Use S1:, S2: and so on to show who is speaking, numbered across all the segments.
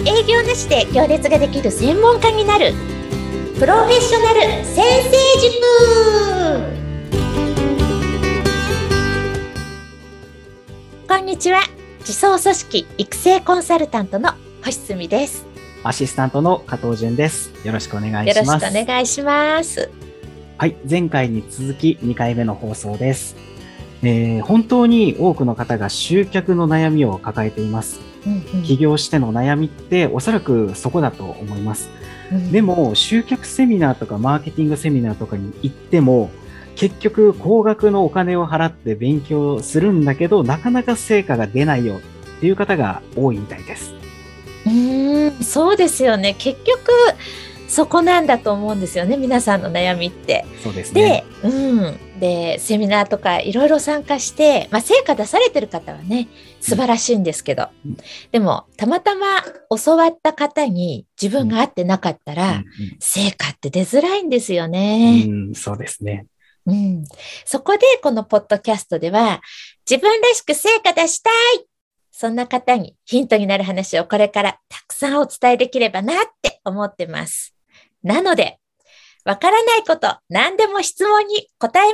S1: 営業なしで行列ができる専門家になるプロフェッショナル先生塾こんにちは自走組織育成コンサルタントの星澄です
S2: アシスタントの加藤潤です。よろしくお願い
S1: よろ
S2: し
S1: しく
S2: ま
S1: お
S2: す。
S1: 願いします
S2: はい、前回に続き2回目の放送です。えー本当に多くの方が集客の悩みを抱えています。起業しての悩みっておそらくそこだと思います。でも、集客セミナーとかマーケティングセミナーとかに行っても、結局高額のお金を払って勉強するんだけど、なかなか成果が出ないよっていう方が多いみたいです。
S1: うーんそうですよね結局そこなんだと思うんですよね皆さんの悩みって。
S2: そうです
S1: で、
S2: ね。
S1: うん、でセミナーとかいろいろ参加して、まあ、成果出されてる方はね素晴らしいんですけど、
S2: うん
S1: でもたまたま教わった方に自分が会ってなかったら、成果って出づらいんですよ
S2: うん
S1: ね、
S2: うん、そうですね。
S1: うんそこでこのポッドキャストでは自分らしく成果出したいそんな方にヒントになる話をこれからたくさんお伝えできればなって思ってます。なので、わからないこと何でも質問に答え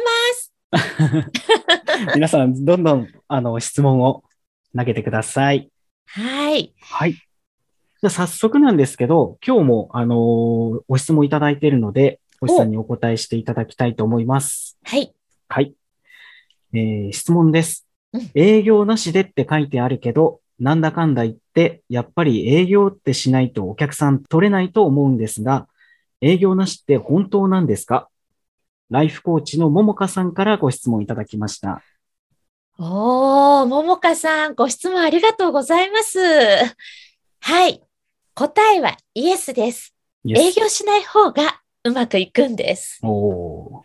S1: ます
S2: 皆さん、どんどん、あの、質問を投げてください。
S1: はい。
S2: はい。じゃあ、早速なんですけど、今日も、あのーご質問いただいているので、星さんにお答えしていただきたいと思います。
S1: はい。
S2: はい。えー質問です
S1: うん。
S2: 営業なしでって書いてあるけど、なんだかんだ言って、やっぱり営業ってしないとお客さん取れないと思うんですが、営業なしって本当なんですかライフコーチの桃香さんからご質問いただきました。
S1: おー、ももかさん、ご質問ありがとうございます。はい。答えはイエスです。
S2: イエス
S1: 営業しない方がうまくいくんです。
S2: おー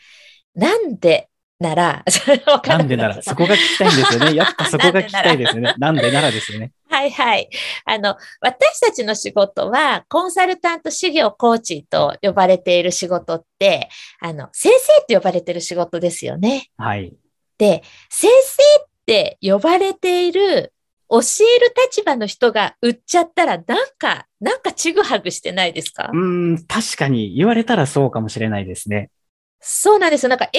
S1: なんでなら、 わか
S2: なんでなら、 そ
S1: は
S2: こが聞きたいんですよね。やっぱそこが聞きたいですよね。なんでならですよね。
S1: いはい。あの、私たちの仕事は、コンサルタント修行コーチと呼ばれている仕事って、あの、先生って呼ばれている仕事ですよね。
S2: はい。
S1: で、先生って呼ばれている教える立場の人が売っちゃったら、なんか、なんかちぐはぐしてないですか
S2: うーん、確かに言われたらそうかもしれないですね。
S1: そうなんですよ。なんか営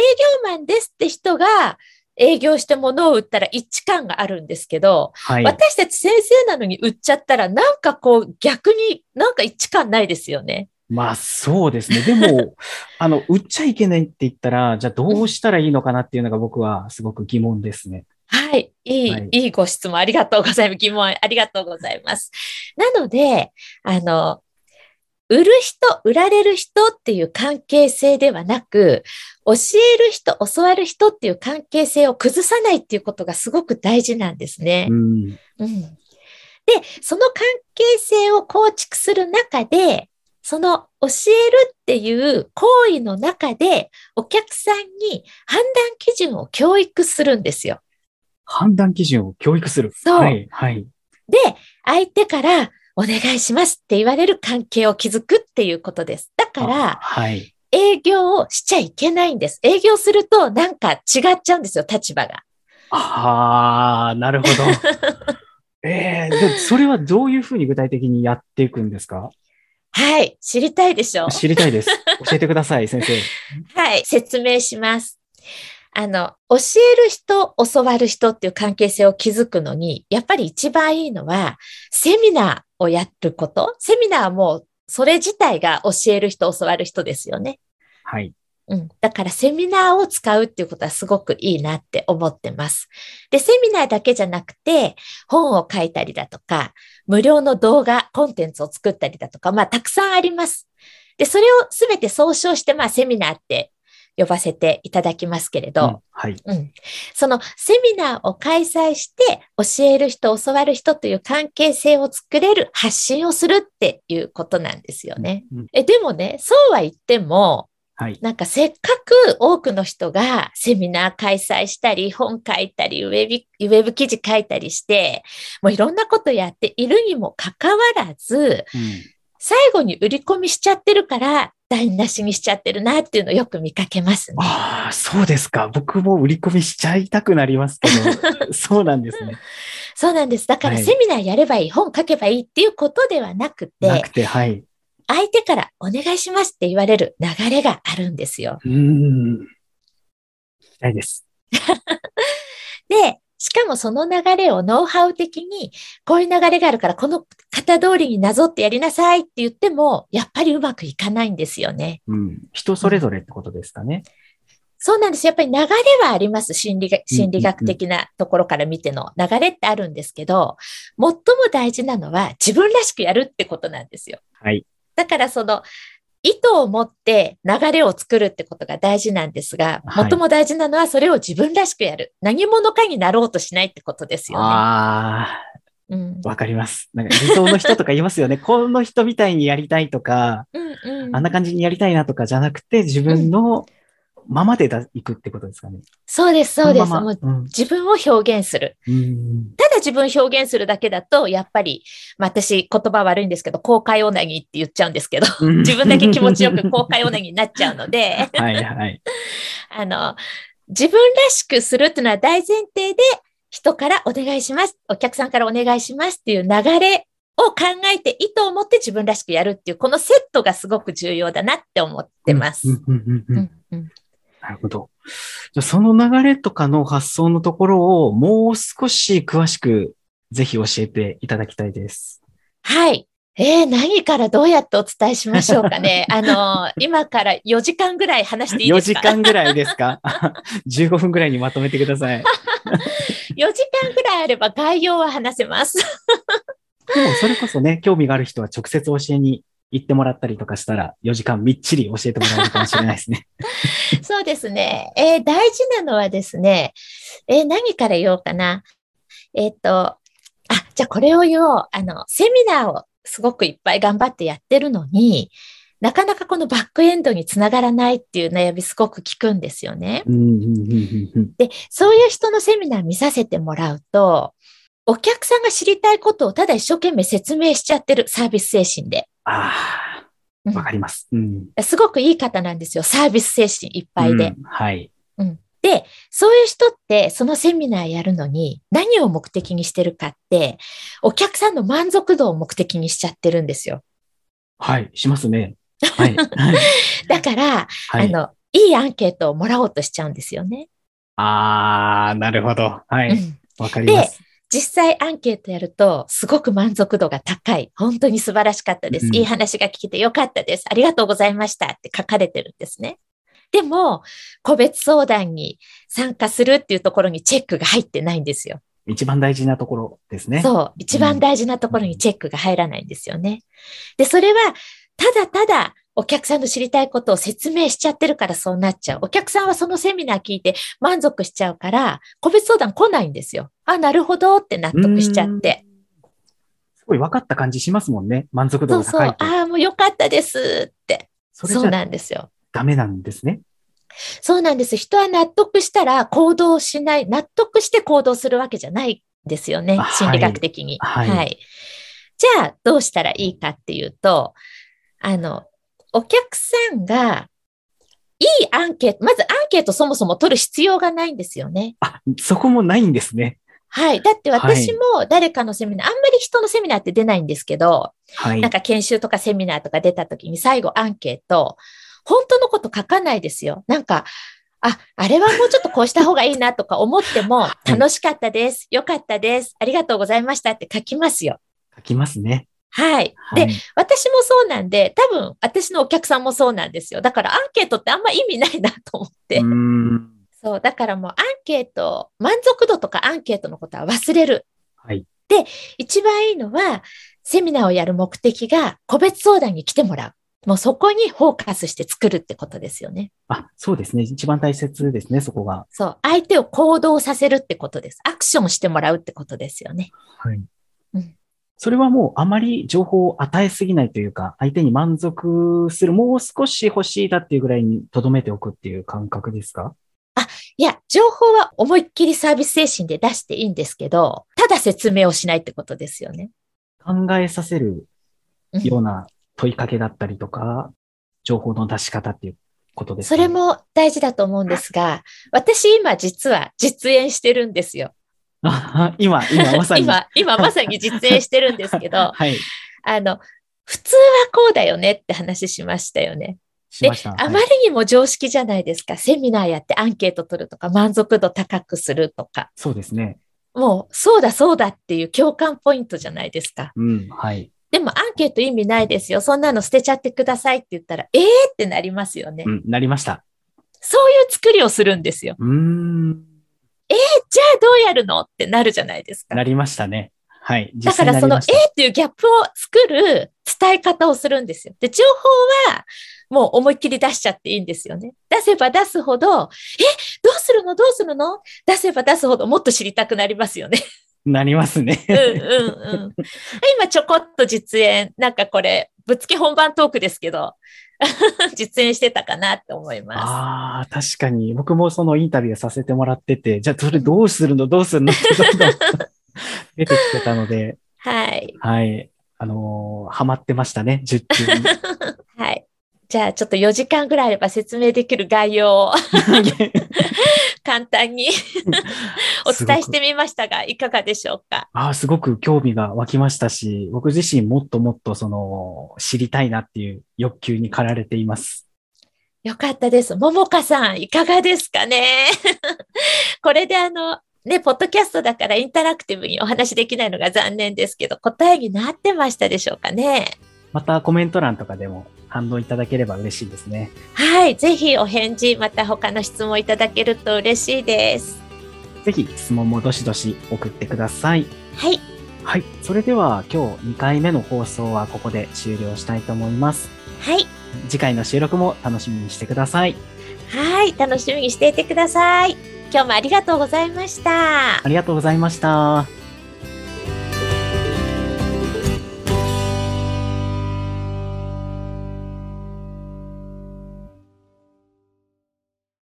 S1: 業マンですって人が営業して物を売ったら一致感があるんですけど、
S2: はい。
S1: 私たち先生なのに売っちゃったら、なんかこう逆になんか一致感ないですよね。
S2: まあそうですね。でも、 あの、売っちゃいけないって言ったら、じゃあどうしたらいいのかなっていうのが僕はすごく疑問ですね。
S1: はい。いい、
S2: はいい、
S1: いご質問ありがとうございます。疑問ありがとうございます。 なので、あの、売る人、売られる人っていう関係性ではなく、教える人、教わる人っていう関係性を崩さないっていうことがすごく大事なんですね
S2: う。ん。
S1: うん、で、その関係性を構築する中で、その教えるっていう行為の中で、お客さんに判断基準を教育するんですよ。
S2: 判断基準を教育する。
S1: そう
S2: はい。はい。
S1: で、相手からお願いしますって言われる関係を築くっていうことです。だか
S2: あ
S1: ら、
S2: はい。
S1: 営業をしちゃいけないんです。営業するとなんか違っちゃうんですよ、立場が。
S2: ああ、な るほど。ええでそれはどういうふうに具体的にやっていくんですか
S1: はい、知りたいでしょ う。
S2: 知りたいです。教えてください、先生。
S1: はい、説明します。あの、教える人、教わる人っていう関係性を築くのに、やっぱり一番いいのは、セミナーをやること。セミナーはもう、それ自体が教える人、教わる人ですよね。
S2: はい。
S1: うん。だからセミナーを使うっていうことはすごくいいなって思ってます。で、セミナーだけじゃなくて、本を書いたりだとか、無料の動画、コンテンツを作ったりだとか、まあ、たくさんあります。で、それをすべて総称して、まあ、セミナーって呼ばせていただきますけれど、
S2: うんはい。
S1: うん、そのセミナーを開催して教える人、教わる人という関係性を作れる発信をするっていうことなんですよね。
S2: うん
S1: えでもね、そうは言っても、
S2: はい。
S1: なんかせっかく多くの人がセミナー開催したり、本書いたり、ウェブ、ウェブ記事書いたりして、もういろんなことやっているにもかかわらず、
S2: うん
S1: 最後に売り込みしちゃってるから、台無しにしちゃってるなっていうのをよく見かけますね。
S2: あ あ、そうですか。僕も売り込みしちゃいたくなりますけど、そうなんですね。
S1: そうなんです。だから
S2: はい
S1: セミナーやればいい、本書けばいいっていうことではなく
S2: な
S1: て
S2: く、て、はい。
S1: 相手からお願いしますって言われる流れがあるんですよ。
S2: うーん。聞きたいです。
S1: で、しかもその流れをノウハウ的に、こういう流れがあるから、この型通りになぞってやりなさいって言っても、やっぱりうまくいかないんですよね。
S2: うん。人それぞれってことですかね。
S1: そうなんです。やっぱり流れはあります。心理が心理学的なところから見ての流れってあるんですけど、最も大事なのは自分らしくやるってことなんですよ。
S2: はい。
S1: だからその意図を持って流れを作るってことが大事なんですが、
S2: はい
S1: 最も大事なのはそれを自分らしくやる。何者かになろうとしないってことですよね。
S2: あ
S1: うん
S2: あ、わかります。なんか理想の人とか言いますよ ね。この人みたいにやりたいとか、
S1: うんうん
S2: あんな感じにやりたいなとかじゃなくて、自分のままでだいくってことですかね。
S1: そうです、そうです。
S2: そのま
S1: も
S2: ま
S1: う自分を表現する。
S2: うんうん
S1: ただ自分を表現するだけだと、やっぱり、まあ、私言葉悪いんですけど、公開オナギって言っちゃうんです けど、
S2: うん、
S1: 自分だけ気持ちよく公開オナギになっちゃうので
S2: はいはい。
S1: あの、自分らしくするっていうのは大前提で、人からお願いします。お客さんからお願いしますっていう流れを考えて、意図を持って自分らしくやるっていう、このセットがすごく重要だなって思ってます。
S2: うんうんうんうん
S1: うんうん
S2: なるほど。じゃあその流れとかの発想のところをもう少し詳しくぜひ教えていただきたいです。
S1: はい。えー、何からどうやってお伝えしましょうか ね。あの、今から4時間ぐらい話していい
S2: 4
S1: です
S2: 時
S1: か
S2: 間ぐらいですか ?15 分ぐらいにまとめてください。
S1: 4時間ぐらいあれば概要は話せます。
S2: でもそれこそね、興味がある人は直接教えに行ってもらったりとかしたら、4時間みっちり教えてもらえるかもしれな いですね。
S1: そうですね。えー大事なのはですね、えー何から言おうかな。えっ、と、あ、じゃあこれを言おう。あの、セミナーをすごくいっぱい頑張ってやってるのに、なかなかこのバックエンドにつながらないっていう悩みすごく聞くんですよね。
S2: うんうんうんうんうん
S1: で、そういう人のセミナー見させてもらうと、お客さんが知りたいことをただ一生懸命説明しちゃってるサービス精神で。
S2: あ
S1: う
S2: あ、
S1: ん
S2: わかります。うん。
S1: すごくいい方なんですよ。サービス精神いっぱいで。
S2: うんはい。
S1: で、そういう人って、そのセミナーやるのに、何を目的にしてるかって、お客さんの満足度を目的にしちゃってるんですよ。
S2: はい。しますね。 はい。はい
S1: だから、
S2: は
S1: あ
S2: い。
S1: の、いいアンケートをもらおうとしちゃうんですよね。
S2: ああ、なるほど。は
S1: う
S2: い。
S1: ん
S2: わかります。
S1: 実際アンケートやると、すごく満足度が高い。本当に素晴らしかったです。
S2: うん
S1: いい話が聞けてよかったです。ありがとうございましたって書かれてるんですね。でも、個別相談に参加するっていうところにチェックが入ってないんですよ。
S2: 一番大事なところですね。
S1: そう。一番大事なところにチェックが入らないんですよね。で、それは、ただただお客さんの知りたいことを説明しちゃってるからそうなっちゃう。お客さんはそのセミナー聞いて満足しちゃうから、個別相談来ないんですよ。あ、なるほどって納得しちゃって。
S2: すごい分かった感じしますもんね。満足度
S1: そう
S2: が
S1: そう。
S2: 高い
S1: あ
S2: と。
S1: あ、もうよかったですって。
S2: それ
S1: そ
S2: じ
S1: う
S2: ゃ
S1: なんですよ。
S2: ダメなんですね。
S1: そうなんです。人は納得したら行動しない、納得して行動するわけじゃないんですよね
S2: あ。
S1: 心理学的に。
S2: はい
S1: じゃあ、どうしたらいいかっていうと、あの、お客さんが、いいアンケート、まずアンケートそもそも取る必要がないんですよね。
S2: あ、そこもないんですね。
S1: はい。だって私も誰かのセミナー、あんまり人のセミナーって出ないんですけど、
S2: はい
S1: なん。か研修とかセミナーとか出た時に最後アンケート、本当のこと書かないですよ。なんか、あ、あれはもうちょっとこうした方がいいなとか思って も、
S2: い
S1: 楽しかったです。良かったです。ありがとうございましたって書きますよ。
S2: 書きますね。
S1: はい。
S2: は
S1: で、
S2: い、
S1: 私もそうなんで、多分私のお客さんもそうなんですよ。だからアンケートってあんま意味ないなと思って。
S2: うーん。
S1: そう、だからもうアンケート、満足度とかアンケートのことは忘れる。
S2: はい。
S1: で、一番いいのは、セミナーをやる目的が個別相談に来てもらう。もうそこにフォーカスして作るってことですよね。
S2: あ、そうですね。一番大切ですね、そこが。
S1: そう、相手を行動させるってことです。アクションしてもらうってことですよね。
S2: はい
S1: うん。
S2: それはもうあまり情報を与えすぎないというか、相手に満足する、もう少し欲しいだっていうぐらいに留めておくっていう感覚ですか
S1: いや、情報は思いっきりサービス精神で出していいんですけど、ただ説明をしないってことですよね。
S2: 考えさせる
S1: うん
S2: ような問いかけだったりとか、情報の出し方っていうことです
S1: そ
S2: かね
S1: れも大事だと思うんですが、私今実は実演してるんですよ。
S2: あ 今、今、まさ に。
S1: 今、今まさに実演してるんですけど、
S2: はい。
S1: あの、普通はこうだよねって話しましたよね。
S2: し
S1: で
S2: ました。、
S1: あ
S2: は
S1: ま
S2: い
S1: りにも常識じゃないですか。セミナーやってアンケート取るとか、満足度高くするとか。
S2: そうですね。
S1: もう、そうだそうだっていう共感ポイントじゃないですか。
S2: うん、はい。
S1: でも、アンケート意味ないですよ。そんなの捨てちゃってくださいって言ったら、えーってなりますよね
S2: う。ん、なりました。
S1: そういう作りをするんですよ。
S2: うーん、
S1: えじゃあどうやるのってなるじゃないですか。
S2: なりましたね。はい。
S1: だ
S2: 実
S1: か
S2: 際に
S1: ら
S2: な
S1: そ
S2: り
S1: の、え
S2: ま
S1: ーっ
S2: した。
S1: ていうギャップを作る伝え方をするんですよ。で、情報はもう思いっきり出しちゃっていいんですよね。出せば出すほど、え、どうするのどうするの出せば出すほどもっと知りたくなります よね。
S2: な りますね。
S1: うんうんうん。今ちょこっと実演、なんかこれ、ぶっつけ本番トークですけど、 実演してたかなって思いま
S2: ああ、確かに。僕もそのインタビューさせてもらってて、じゃあそれどうするのどうするのってどんど ん出てきてたので、
S1: す。はい。
S2: はい。あのーハマってましたね、10級
S1: はい。じゃあちょっと4時間ぐらいあれば説明できる概要を
S2: に。
S1: 簡単にお伝えしてみましたが、いかがでしょうか
S2: ああ、すごく興味が湧きましたし、僕自身もっともっとその、知りたいなっていう欲求に駆られています。
S1: よかったです。ももかさん、いかがですかね これであの、ね、ポッドキャストだからインタラクティブにお話できないのが残念ですけど、答えになってましたでしょうかね
S2: またコメント欄とかでも反応いただければ嬉しいですね。
S1: はい。ぜひお返事、また他の質問いただけると嬉しいです。
S2: ぜひ質問もどしどし送ってください。
S1: はい。
S2: はい。それでは今日2回目の放送はここで終了したいと思います。
S1: はい。
S2: 次回の収録も楽しみにしてください。
S1: はい。楽しみにしていてください。今日もありがとうございました。
S2: ありがとうございました。